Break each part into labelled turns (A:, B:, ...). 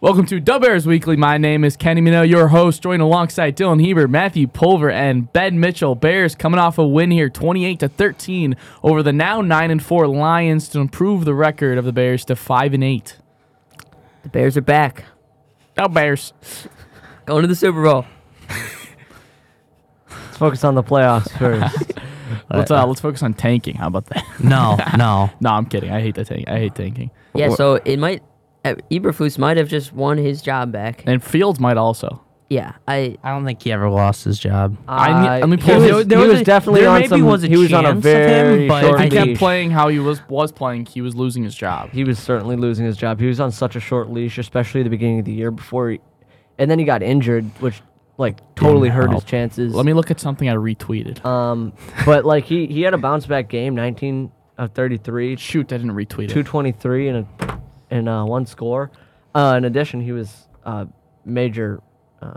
A: Welcome to Dub Bears Weekly. My name is Kenny Mino, your host, joined alongside Dylan Heber, Matthew Pulver, and Ben Mitchell. Bears coming off a win here, 28 to 13, over the now 9 and 4 Lions to improve the record of the Bears to 5 and 8.
B: The Bears are back.
A: Now Bears.
B: Going to the Super Bowl.
C: Let's focus on the playoffs first.
A: Let's uh, let's focus on tanking. How about that?
D: No, no.
A: no, I'm kidding. I hate the tank. I hate tanking.
B: Yeah,
D: Wha-
B: so it might. Uh, Eberflus might have just won his job back.
A: And Fields might also.
B: Yeah, I.
D: I don't think he ever lost his job.
C: Ah.
A: I need- let me
C: Uh, he
A: pull
C: was,
A: this-
C: he
D: there
C: was
D: was a-
C: definitely
D: there
C: on
D: maybe
C: some.
D: was a
C: he was on a
D: chance of him,
C: very
D: but
C: short
A: If he kept
C: leash.
A: playing how he was was playing, he was losing his job.
C: He was certainly losing his job. He was on such a short leash, especially the beginning of the year before, he, and then he got injured, which like totally
D: Didn't
C: hurt his
D: help.
C: chances.
A: Let me look at something I retweeted.
C: Um, but like he he had a bounce back game, 19 of 33,
A: Shoot, I didn't retweet it.
C: 223 and a and uh, one score. Uh, in addition, he was uh, major uh,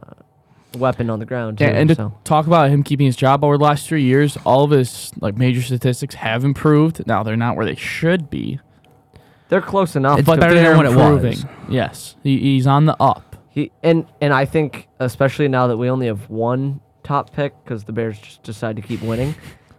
C: weapon on the ground too.
A: Yeah, and to
C: so.
A: talk about him keeping his job over the last three years, all of his like major statistics have improved. Now they're not where they should be,
C: They're close enough.
D: It's
C: to
D: better
C: be-
D: than what it was.
A: Yes, he, he's on the up.
C: He and and I think especially now that we only have one top pick because the Bears just decide to keep winning,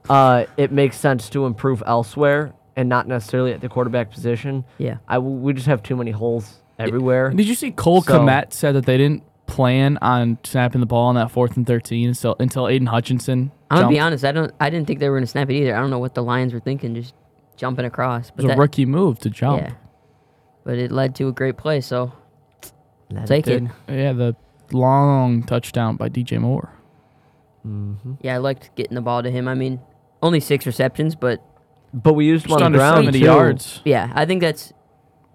C: uh, it makes sense to improve elsewhere and not necessarily at the quarterback position.
B: Yeah.
C: I w- we just have too many holes everywhere.
A: And did you see Cole
C: So-
A: Komet said that they didn't plan on snapping the ball on that fourth and thirteen until until Aiden Hutchinson.
B: I'm gonna be
A: jumped.
B: honest. I don't. I didn't think they were gonna snap it either. I don't know what the Lions were thinking, just jumping across.
A: It
B: But
A: was
B: that-
A: a rookie move to jump.
B: Yeah. But it led to a great play, so take it.
A: Yeah, the long touchdown by DJ Moore.
C: Mm-hmm.
B: Yeah, I liked getting the ball to him. I mean, only six receptions, but
C: But we used
A: Just
C: one on
A: under
C: the ground
A: 70
C: too.
A: yards.
B: yeah, I think that's a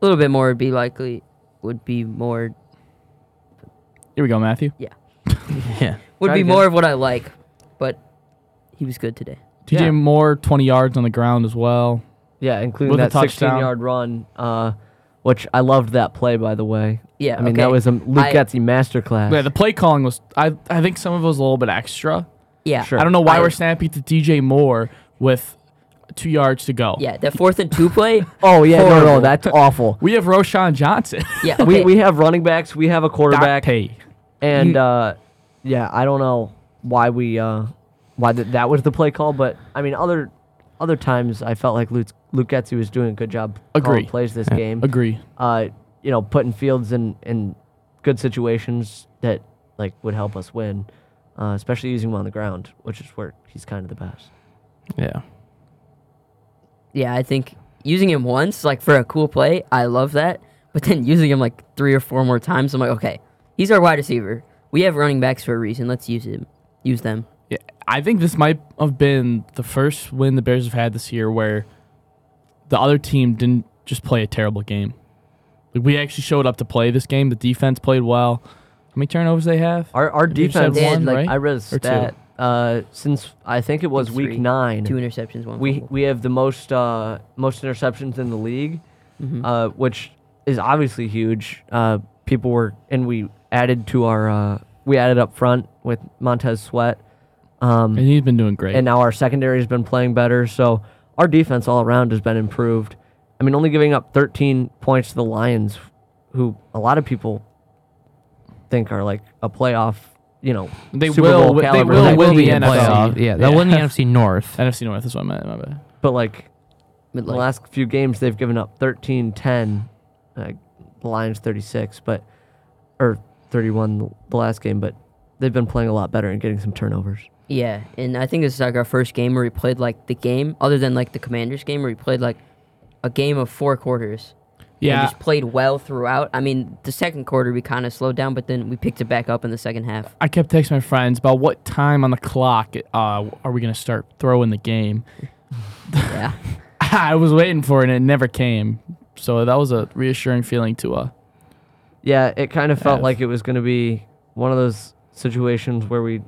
B: little bit more would be likely. Would be more.
A: Here we go, Matthew.
D: Yeah.
B: Would
C: Try
B: be
C: again.
B: more of what I like. But he was good today.
A: DJ
C: Yeah.
A: Moore, 20 yards on the ground as well.
C: Yeah, including
A: With a
C: that 16
A: touchdown.
C: yard run, uh, which I loved that play by the way.
B: Yeah,
C: I mean
B: okay.
C: that was a Luke
B: I-
C: Getzey masterclass.
A: Yeah, the play calling was, I, I think some of it was a little bit extra.
B: Yeah.
C: Sure.
A: I don't know why
B: I-
A: we're snapping to DJ Moore with two yards to go.
B: Yeah, that fourth and two play.
C: oh yeah, no, no,
B: Horrible.
C: that's awful.
A: We have Roshan Johnson.
B: Yeah,
C: We,
B: okay.
C: we have running backs, we have a quarterback.
A: Pay.
C: And uh, yeah, I don't know why we uh, why th- that was the play call, but I mean other other times I felt like Luke Luke Getzey was doing a good job calling
A: Agree.
C: plays this game.
A: Agree.
C: Uh, you know, putting Fields in in good situations that like would help us win, uh, especially using him on the ground, which is where he's kind of the best.
D: Yeah.
B: yeah, I think using him once, like for a cool play, I love that. But then using him like three or four more times, I'm like, okay, he's our wide receiver. We have running backs for a reason. Let's use him. Use them.
A: Yeah, I think this might have been the first win the Bears have had this year where the other team didn't just play a terrible game. Like, we actually showed up to play this game. The defense played well. How many turnovers they have?
C: Our our
A: You said
B: one,
C: defense, like,
A: right?
C: I read a
A: Or two?
C: stat uh, since I think it was week
B: Three.
C: nine.
B: Two interceptions, one.
C: we
B: fumble.
C: we have the most uh, most interceptions in the league,
A: Mm-hmm.
C: uh, which is obviously huge. Uh, people were and we added to our uh, we added up front with Montez Sweat, um,
A: And he's been doing great.
C: and uh, now our secondary has been playing better. So our defense all around has been improved. I mean, only giving up 13 points to the Lions, who a lot of people think are like a playoff. You know,
A: They
C: Super
A: will
C: Bowl
A: wi- they
C: caliber
A: will
C: type
A: win the
C: team,
A: NFC.
C: so-
D: playoff. Yeah, they'll
A: Yeah.
D: win the NFC North.
A: NFC North is what I meant. My bad.
C: But like
B: But,
C: the
B: like,
C: last few games they've given up 13 10 uh, the lions 36 but or 31 the last game but they've been playing a lot better and getting some turnovers
B: Yeah, and I think this is like our first game where we played like the game, other than like the Commanders game, where we played like a game of four quarters.
A: Yeah.
B: and just played well throughout. I mean, the second quarter we kind of slowed down, but then we picked it back up in the second half.
A: I kept texting my friends about what time on the clock uh, are we going to start throwing the game.
B: Yeah,
A: I was waiting for it and it never came. So that was a reassuring feeling to uh
C: yeah it kind of felt
A: Yes.
C: like it was going to be one of those situations where we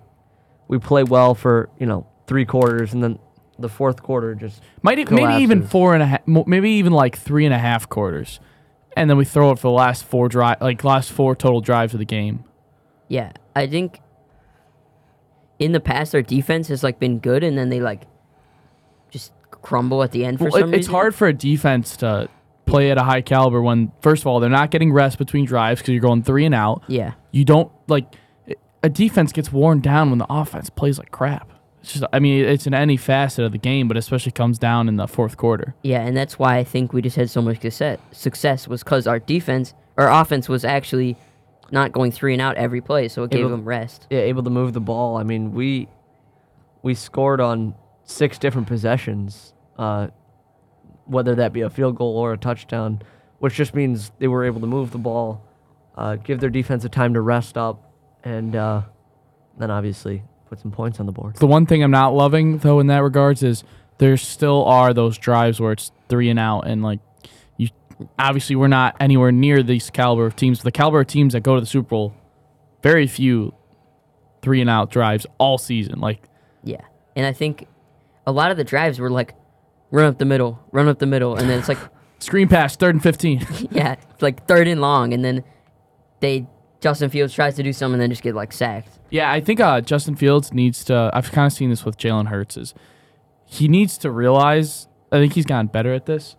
C: we play well for you know three quarters and then the fourth quarter just
A: might e- maybe even
C: Collapses.
A: four and a half, maybe even like three and a half quarters, and then we throw it for the last four drive, like last four total drives of the game.
B: yeah. I think in the past our defense has like been good, and then they like just crumble at the end for
A: Well,
B: some
A: it-
B: reason.
A: it's hard for a defense to play at a high caliber when first of all they're not getting rest between drives because you're going three and out.
B: Yeah.
A: You don't like a defense gets worn down when the offense plays like crap. It's just I mean it's in any facet of the game, but especially comes down in the fourth quarter.
B: Yeah, and that's why I think we just had so much success. Success was because our defense, our offense was actually not going three and out every play, so it gave
C: but-
B: them rest.
C: yeah, able to move the ball. I mean, we we scored on six different possessions, uh, whether that be a field goal or a touchdown, which just means they were able to move the ball, uh, give their defense a time to rest up, and uh, then obviously put some points on the board.
A: The one thing I'm not loving though in that regards is there still are those drives where it's three and out and like you obviously we're not anywhere near these caliber of teams. The caliber of teams that go to the Super Bowl, very few three and out drives all season. Like
B: Yeah, and I think a lot of the drives were like run up the middle, run up the middle, and then it's like
A: screen pass, third and fifteen.
B: yeah, it's like third and long, and then they Justin Fields tries to do something and then just get like sacked.
A: yeah, I think uh, Justin Fields needs to. I've kind of seen this with Jalen Hurts is he needs to realize. I think he's gotten better at this.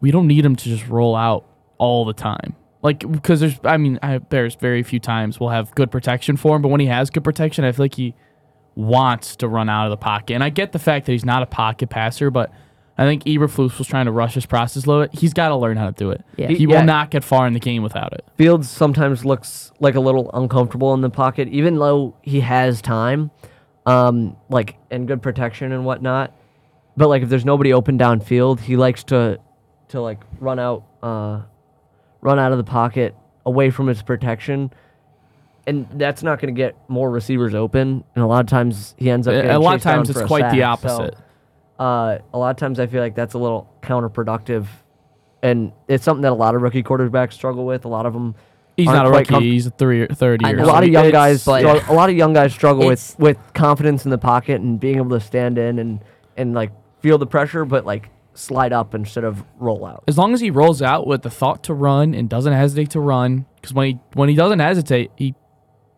A: We don't need him to just roll out all the time. Like, because there's, I mean, I, there's very few times we'll have good protection for him, but when he has good protection, I feel like he wants to run out of the pocket. And I get the fact that he's not a pocket passer, but I think Eberflus was trying to rush his process a little bit. He's got to learn how to do it.
B: Yeah.
A: He
C: Yeah.
A: will not get far in the game without it.
C: Fields sometimes looks like a little uncomfortable in the pocket, even though he has time, um, like and good protection and whatnot. But like if there's nobody open downfield, he likes to to like run out, uh, run out of the pocket away from his protection, and that's not going to get more receivers open. And a lot of times he ends up.
A: A-
C: getting
A: a lot of
C: chased down
A: times it's
C: for a
A: quite the
C: sack, so,
A: opposite.
C: uh, a lot of times I feel like that's a little counterproductive, and it's something that a lot of rookie quarterbacks struggle with. A lot of them.
A: He's
C: aren't
A: not a
C: quite
A: rookie.
C: comf-
A: he's a three, third
B: I
A: year.
C: a
B: know.
A: So
C: lot of young
B: it's-
C: guys
B: but-
C: struggle, a lot of young guys struggle with
B: It's-
C: with confidence in the pocket and being able to stand in and and like feel the pressure but like slide up instead of roll out
A: as long as he rolls out with the thought to run and doesn't hesitate to run, because when he when he doesn't hesitate, he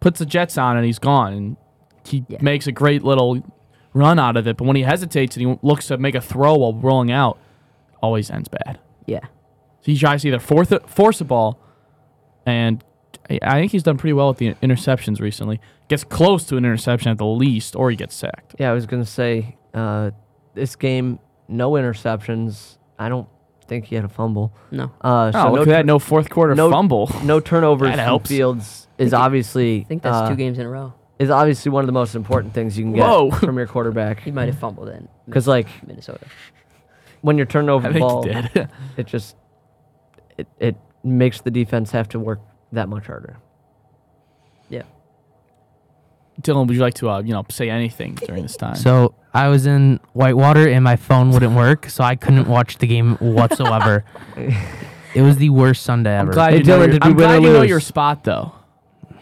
A: puts the jets on and he's gone, and he
B: Yeah.
A: makes a great little run out of it. But when he hesitates and he looks to make a throw while rolling out, always ends bad.
B: Yeah,
A: So he tries to either force a, force a ball, and I- I think he's done pretty well with the interceptions recently. Gets close to an interception at the least, or he gets sacked.
C: yeah i was gonna say uh this game no interceptions i don't think he had a fumble
B: no,
A: Oh,
C: uh so
A: look
C: no,
A: at that! No fourth quarter
C: no-
A: fumble.
C: no turnovers
A: That
C: from
A: helps.
C: fields is obviously
B: I think that's
C: uh,
B: two games in a row.
C: is obviously one of the most important things you can get
A: Whoa.
C: from your quarterback
B: He might have fumbled in
C: because like
B: Minnesota.
C: when you're turning over
A: I
C: the ball
A: think he did.
C: it just it, it makes the defense have to work that much harder.
B: Yeah,
A: Dylan, would you like to uh, you know say anything during this time?
D: So I was in Whitewater and my phone wouldn't work, so I couldn't watch the game whatsoever. it was the worst Sunday ever.
A: I'm glad
C: Hey,
A: you know
C: Dylan,
A: your-
C: did we
A: I'm
C: win
A: glad
C: or
A: you know
C: lose?
A: your spot though.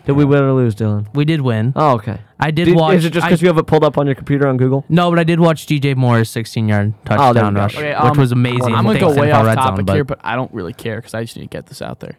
C: Did we win or lose, Dylan?
D: we did win.
C: Oh, okay.
D: I did,
C: Did-
D: watch.
C: is it just
D: I-
C: because you have it pulled up on your computer on Google?
D: no, but I did watch DJ Moore's 16-yard
C: there you
D: touchdown
C: go.
D: rush,
A: Okay, um,
D: which was amazing.
A: I'm gonna go
D: Thanks,
A: way
D: NFL
A: off
D: Red Zone,
A: topic
D: but-
A: here, but I don't really care because I just need to get this out there.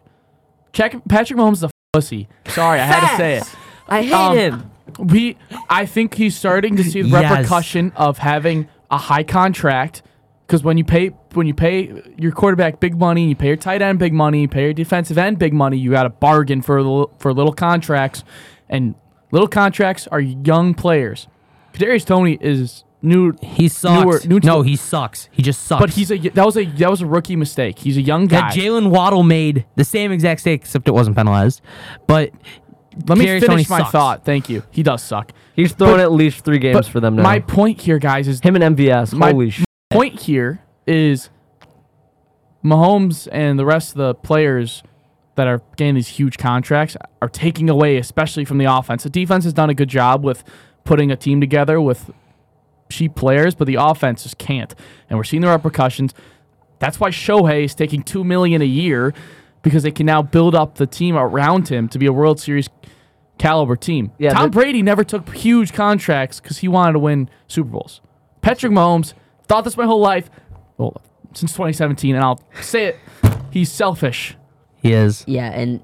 A: Check Patrick Mahomes is a pussy. Sorry, I had to say it.
B: I hate
A: Um,
B: him.
A: We, I think he's starting to see the
D: Yes.
A: repercussion of having a high contract. Because when you pay when you pay your quarterback big money, you pay your tight end big money, you pay your defensive end big money. You got to bargain for li- for little contracts, and little contracts are young players. Kadarius Tony is new.
D: He sucks.
A: newer- new to
D: no,
A: the-
D: he sucks. He just sucks.
A: But he's a that was a that was a rookie mistake. He's a young guy.
D: that Jalen Waddle made the same exact mistake, except it wasn't penalized. But
A: Let me
D: Kadarius Toney
A: finish my
D: sucks.
A: thought. Thank you. He does suck.
C: He's thrown at least three games
A: But
C: for them now.
A: my point here, guys, is
C: Him and MVS.
A: my-
C: holy sh!
A: point here is Mahomes and the rest of the players that are getting these huge contracts are taking away, especially from the offense. The defense has done a good job with putting a team together with cheap players, but the offense just can't. And we're seeing the repercussions. That's why Shohei is taking two million a year because they can now build up the team around him to be a World Series caliber team.
C: Yeah,
A: Tom
C: that-
A: Brady never took huge contracts because he wanted to win Super Bowls. Patrick Mahomes thought this my whole life, well, since 2017, and I'll say it, he's selfish.
D: he is.
B: Yeah, and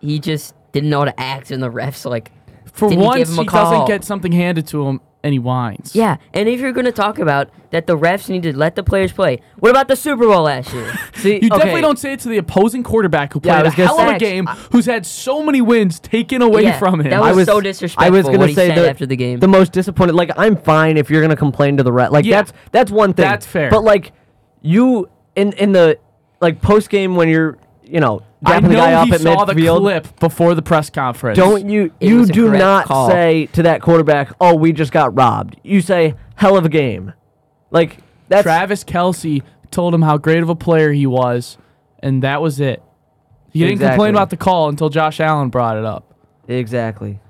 B: he just didn't know how to act, and the refs like
A: For
B: Didn't give
A: once,
B: him a
A: he doesn't
B: call.
A: get something handed to him any wines.
B: Yeah, and if you're going to talk about that, the refs need to let the players play. What about the Super Bowl last year?
C: See,
A: You
C: okay.
A: definitely don't say it to the opposing quarterback who
C: Yeah, I
A: played a
C: was gonna
A: hell of
B: say-
A: a game, who's had so many wins taken away
B: Yeah,
A: from him.
B: that
A: I
B: was-
A: was,
B: so disrespectful
C: I was gonna
B: what he
C: say
B: said
C: the,
B: after the game.
C: The most disappointed. Like I'm fine if you're gonna complain to the ref. Like
A: Yeah.
C: that's that's one thing.
A: That's fair.
C: But like you in in the like post game when you're you know
A: I
C: dapping the guy
A: know
C: up
A: he
C: at
A: saw the
C: midfield.
A: clip before the press conference.
C: Don't you
B: It
C: you
B: was a
C: do
B: correct
C: not
B: call.
C: say to that quarterback, "Oh, we just got robbed." You say, "Hell of a game." Like that's
A: Travis Kelsey told him how great of a player he was, and that was it. He didn't
C: Exactly.
A: complain about the call until Josh Allen brought it up.
C: exactly.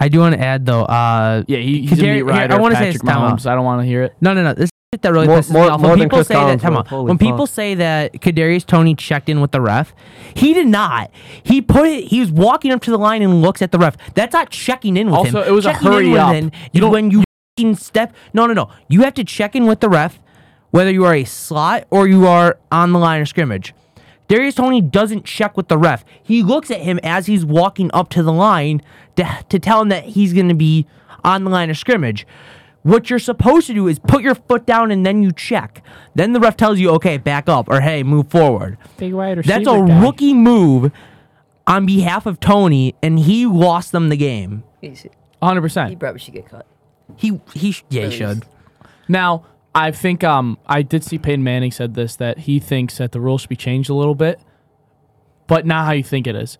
D: I do want to add though. Uh,
A: Yeah, he, he's
D: Because
A: a
D: here-
A: meat
D: here,
A: rider.
D: I
A: I want
D: wanna
A: to
D: say
A: say
D: it's time out.
A: Mahomes. I don't want to hear it.
D: No, no, no. This shit that really
C: More-
D: pisses
C: more-
D: me off.
C: more
D: When
C: than
D: people
C: Chris
D: say that,
C: Collinsworth.
D: time out.
C: Holy
D: when people
C: fuck.
D: say that Kadarius Tony checked in with the ref, he did not. He put it. He was walking up to the line and looks at the ref. That's not checking in with him.
A: Also, it was a
D: Checking in
A: hurry
D: with
A: up.
D: him
A: You
D: is
A: don't-
D: when you fucking step. No, no, no. You have to check in with the ref, whether you are a slot or you are on the line of scrimmage. Darius Tony doesn't check with the ref. He looks at him as he's walking up to the line to, to tell him that he's going to be on the line of scrimmage. What you're supposed to do is put your foot down and then you check. Then the ref tells you, okay, back up or hey, move forward.
A: Big wide
D: That's a rookie move on behalf of Tony, and he lost them the game.
B: He's- he
A: 100%.
B: probably should get cut.
D: He he sh- yeah he should.
A: Now, I think um I did see Peyton Manning said this that he thinks that the rules should be changed a little bit, but not how you think it is.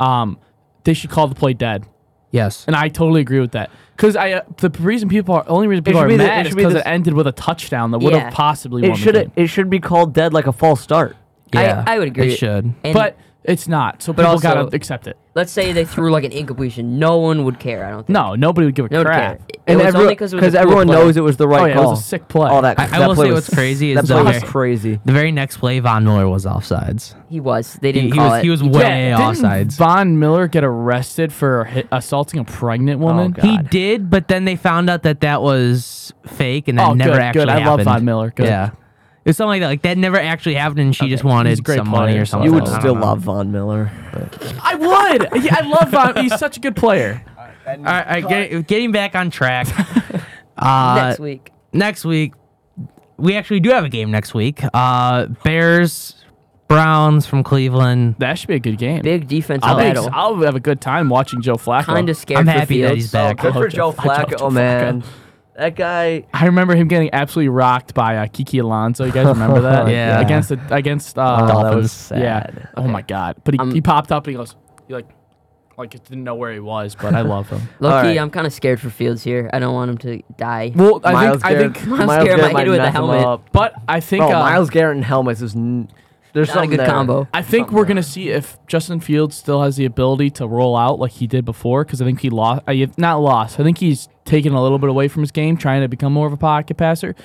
A: Um, they should call the play dead,
D: Yes.
A: and I totally agree with that. Because I uh, the reason people are only reason people
C: should
A: are
C: be the-
A: mad
C: it
A: is
C: should be
A: because
C: the
A: it
C: s-
A: ended with a touchdown that would
B: Yeah.
A: have possibly
C: It
A: won
C: should
A: the game.
C: it should be called dead like a false start.
D: Yeah.
B: I, I would agree.
D: It should.
B: And
A: but it's not. So people
B: also-
A: gotta accept it.
B: let's say they threw like an incompletion, no one would care. I don't think.
A: No, nobody would give a
B: no one would care.
A: crap.
B: It, it was
C: everyone-
B: only because
C: everyone knows it was the right
A: Oh, yeah, it was
C: call.
A: a sick play.
C: All that.
D: I- I
C: that
D: will
C: play
D: say
C: was-
D: what's crazy
C: that
D: is
C: play
D: the-
C: was crazy.
D: The very next play, Von Miller was offsides.
B: he was. They
D: He,
B: didn't
D: he
B: call
D: was
B: it.
D: he was
B: He
D: way
B: kept-
D: offsides.
A: Von Miller get arrested for hi- assaulting a pregnant woman.
C: Oh, God.
D: he did, but then they found out that that was fake, and that
A: Oh,
D: never
A: good,
D: actually
A: good. I love
D: happened.
A: Von Miller. Good.
D: Yeah, it's something like that. Like that never actually happened, and she just
A: He's a
D: wanted
A: great
D: some money
A: player,
D: or
A: so-
D: something.
C: You would
D: I don't
C: still
D: know.
C: love Von Miller.
A: I would. Yeah, I love Von. He's such a good player.
D: All right, all right get, getting back on track.
B: next
D: uh,
B: week.
D: next week, we actually do have a game next week. Uh, Bears, Browns from Cleveland.
A: That should be a good game.
B: Big defensive
A: I'll, be ex-
B: battle.
A: I'll have a good time watching Joe Flacco.
B: Kind of scared
D: I'm
B: for
D: happy
B: Fields.
D: that he's back.
C: Good
A: Oh,
C: for
A: Joe-
C: Joe
A: I love
C: Flacco,
A: Joe
C: man. That guy.
A: I remember him getting absolutely rocked by uh, Kiki Alonso. You guys remember that?
D: Yeah.
A: Against the against uh,
C: Oh, that
A: Dolphins.
C: was
A: Yeah.
C: sad. Um,
A: Oh my God. But he,
B: I'm-
A: he popped up and he goes, he like, like didn't know where he was, but I love him.
B: Low
C: All
B: key,
C: right.
B: I'm kind of scared for Fields here. I don't want him to die.
A: Well, I
C: Miles
A: think I
C: Garrett-
A: think
B: Miles Garrett might hit it with a
C: mess him
B: helmet.
C: up.
A: But I think
C: Bro,
A: uh,
C: Miles Garrett and helmets is n- there's
B: Not a
C: something
B: good
C: there.
B: combo.
A: I think
C: Something
A: we're
C: there.
A: gonna see if Justin Fields still has the ability to roll out like he did before, because I think he lost. I, not lost. I think he's taken a little bit away from his game, trying to become more of a pocket passer.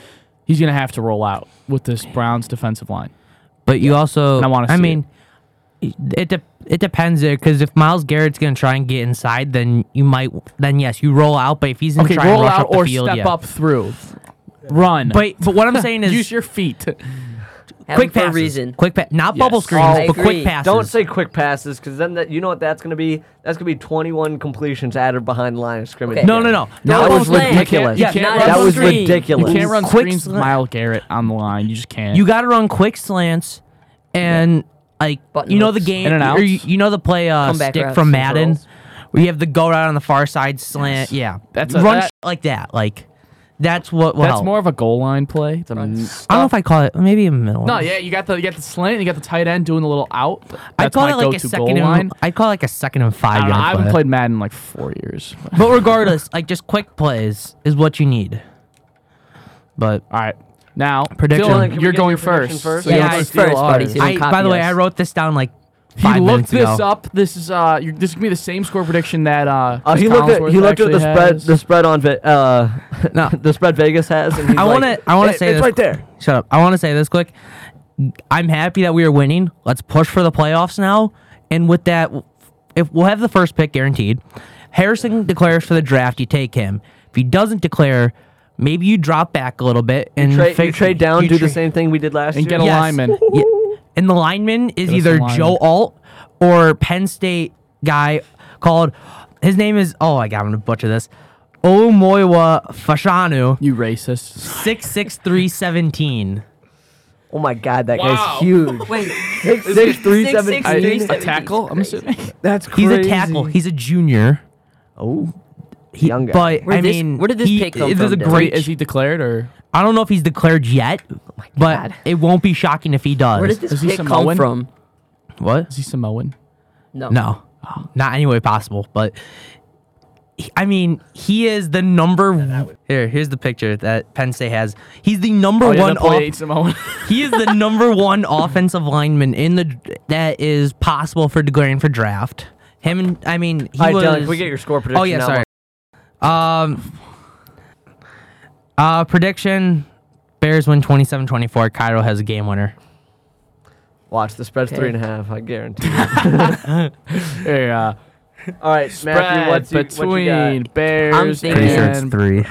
A: He's gonna have to roll out with this Browns defensive line.
D: But you also,
A: And I
D: I,
A: wanna see
D: mean, it de- it depends there because if Miles Garrett's gonna try and get inside, then you might, then yes, you roll out. But if he's gonna
A: Okay,
D: try
A: roll
D: and rush
A: out
D: up the
A: or
D: field,
A: step
D: yeah.
A: up through, run.
D: But but what I'm saying is
A: use your feet.
B: Have him
D: quick
B: for a
D: passes,
B: reason.
D: quick pa- not bubble
A: Yes.
D: screens,
B: I
D: but
B: agree.
D: quick passes.
C: Don't say quick passes because then that you know what that's gonna be. That's gonna be 21 completions added behind the line of scrimmage.
B: Okay.
D: no no no.
C: That
D: Not
B: Throw
C: was
B: those lanes.
C: ridiculous.
A: You can't- you
B: Yeah,
A: can't
B: not
A: run
C: That was
B: screens.
A: You
C: ridiculous.
A: can't run
D: Quick
A: screens with
D: slant.
A: Miles Garrett on the line. You just can't.
D: You got to run quick slants and like
B: Button
D: you know the
B: hooks.
D: game
A: In and
D: or you,
A: outs.
D: you know the play uh,
B: Comeback
D: stick
B: routes
D: from
B: and
D: Madden
B: curls.
D: where you have the go out on the far side slant. Yeah,
A: That's a-
D: run
A: that-
D: shit like that. Like that's what. Well,
A: That's more of a goal line play. It's a
D: I don't know if I call it maybe a middle.
A: Uh, No, yeah, you got the you got the slant, you got the tight end doing the little out.
D: I
A: That's
D: call
A: my
D: it like a
A: go-to goal
D: second
A: line.
D: and I call it like a second and
A: I,
D: five
A: don't know, I
D: yard
A: haven't
D: play.
A: played Madden in like four years. All
D: But regardless, like just quick plays is what you need. But
A: right, now
D: Prediction.
A: Dylan,
D: Dylan,
C: can we
A: you're
C: get
A: going
C: your prediction
A: first.
C: first?
A: So you
B: Yeah,
A: don't
B: mine's
A: steal
B: first, buddy.
A: ours.
B: You don't
D: I, by
B: copy
D: the way,
B: us.
D: I wrote this down like
A: He
D: five
A: looked
D: minutes
A: this
D: ago.
A: up. This is uh, you this is gonna be the same score prediction that uh.
C: Uh, he
A: Chris
C: looked at he
A: Collinsworth
C: looked at the
A: actually
C: spread
A: has.
C: the spread on Ve- uh
D: No.
C: the spread Vegas has. And he's
D: I
C: like,
D: wanna- I wanna
C: "It-
D: say
C: it's
D: this-
C: right there.
D: Shut up. I want to say this quick. I'm happy that we are winning. Let's push for the playoffs now. And with that, if we'll have the first pick guaranteed. Harrison declares for the draft. You take him. If he doesn't declare, maybe you drop back a little bit and
C: Trade, you
D: fig-
C: trade down,
D: you
C: do the
D: tra-
C: same thing we did last
A: And
C: year.
A: get a lineman.
D: Yeah. And the lineman
A: Give
D: is
A: us
D: either
A: the lineman.
D: Joe Alt or Penn State guy called. His name is. Oh, my God, I'm going to butcher this. Omoywa Fashanu,
A: You racist.
D: 66317.
C: Oh my god, that
A: Wow.
C: guy's huge.
B: Wait,
C: Six six three
B: Six, six,
C: seventeen.
A: I,
B: Three
A: a
B: seventies.
A: tackle, I'm assuming.
C: That's crazy.
D: He's a tackle. He's a junior.
C: oh,
D: He,
C: Young guy.
D: But
B: Where
D: I
B: did this-
D: mean,
B: where did this
D: he-
B: pick come
D: it- There's
B: from,
D: a
B: Dylan?
A: Wait,
D: great.
A: is he declared or
D: I don't know if he's declared yet, but
C: God.
D: it won't be shocking if he does.
B: Oh Where did this
A: Is he
B: pick come
A: Samoan?
B: from?
D: what?
A: is he Samoan?
B: No.
D: No, not any way possible. But he- I mean, he is the number. Here, here's the picture that Penn State has. He's the number
A: Oh,
D: one.
A: yeah, the play
D: off-
A: ain't Samoan.
D: he is the number one offensive lineman in the that is possible for declaring for draft. Him and I mean he
C: All right,
D: was.
C: Dylan, can we get your score prediction?
D: oh yeah,
C: now?
D: sorry. Um. Uh, prediction: Bears win 27-24. Cairo has a game winner.
C: Watch the spread's
B: Okay.
C: three and a half. I guarantee. you.
A: yeah.
C: All right, Matthew,
A: Spread
C: what's you,
A: between
C: what you got?
A: Bears
B: thinking-
D: Pretty sure it's
A: and
D: three.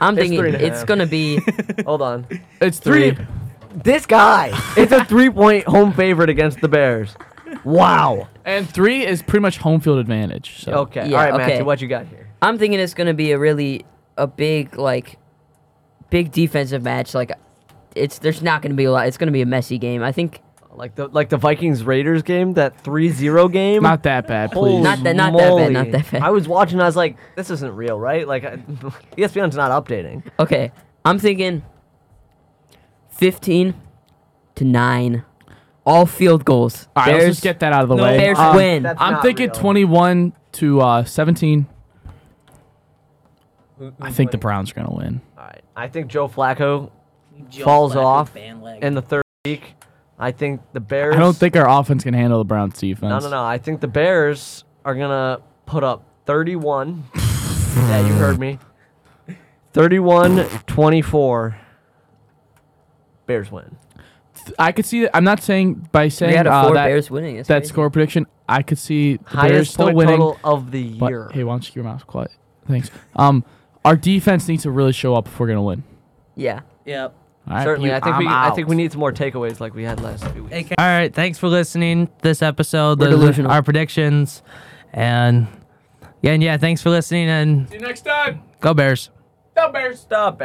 B: I'm
C: It's
B: thinking
C: three and a
B: it's
C: half.
B: gonna be
C: Hold on.
A: it's
C: Three.
A: three.
C: This guy. It's a three-point home favorite against the Bears. Wow.
A: And three is pretty much home field advantage. So.
C: Okay.
B: Yeah,
C: All right,
B: okay.
C: Matthew, what you got here?
B: I'm thinking it's gonna be a really a big like big defensive match. Like it's there's not gonna be a lot. It's gonna be a messy game. I think
C: Like the like the Vikings Raiders game, that 3-0 game.
A: Not that bad, please.
B: Not that- not that bad, not that bad.
C: I was watching. I was like, "This isn't real, right?" Like, I, ESPN's not updating.
B: okay. I'm thinking fifteen to nine. All field goals.
A: All right, let's just get that out of the
B: No,
A: way.
B: Bears
A: Um,
B: win.
C: that's
A: I'm
C: not
A: thinking
C: real.
A: 21 to uh, 17. I think the Browns are gonna win.
C: All right. I think Joe Flacco falls off in the third week. I think the Bears.
A: I don't think our offense can handle the Browns defense.
C: No, no, no. I think the Bears are gonna put up 31. yeah, you heard me. 31-24. Bears win.
A: I could see that. I'm not saying by saying
B: Three out
A: uh,
B: of four
A: that,
B: Bears winning. That's
A: that
B: crazy.
A: score prediction. I could see the Bears
C: Highest
A: still
C: point
A: winning.
C: total of the
A: but
C: year.
A: hey, why don't you keep your mouth quiet? Thanks. Um, our defense needs to really show up if we're gonna win.
B: Yeah.
E: Yep.
A: All right,
C: Certainly,
A: you-
C: I think
A: I'm
C: we I think
A: out.
C: we need some more takeaways like we had last few weeks.
D: All right, thanks for listening this episode.
B: We're
D: Those are
B: delusional.
D: our predictions, and yeah, and yeah, thanks for listening. And
A: See you next time.
D: go Bears.
A: Stop Bears. Stop.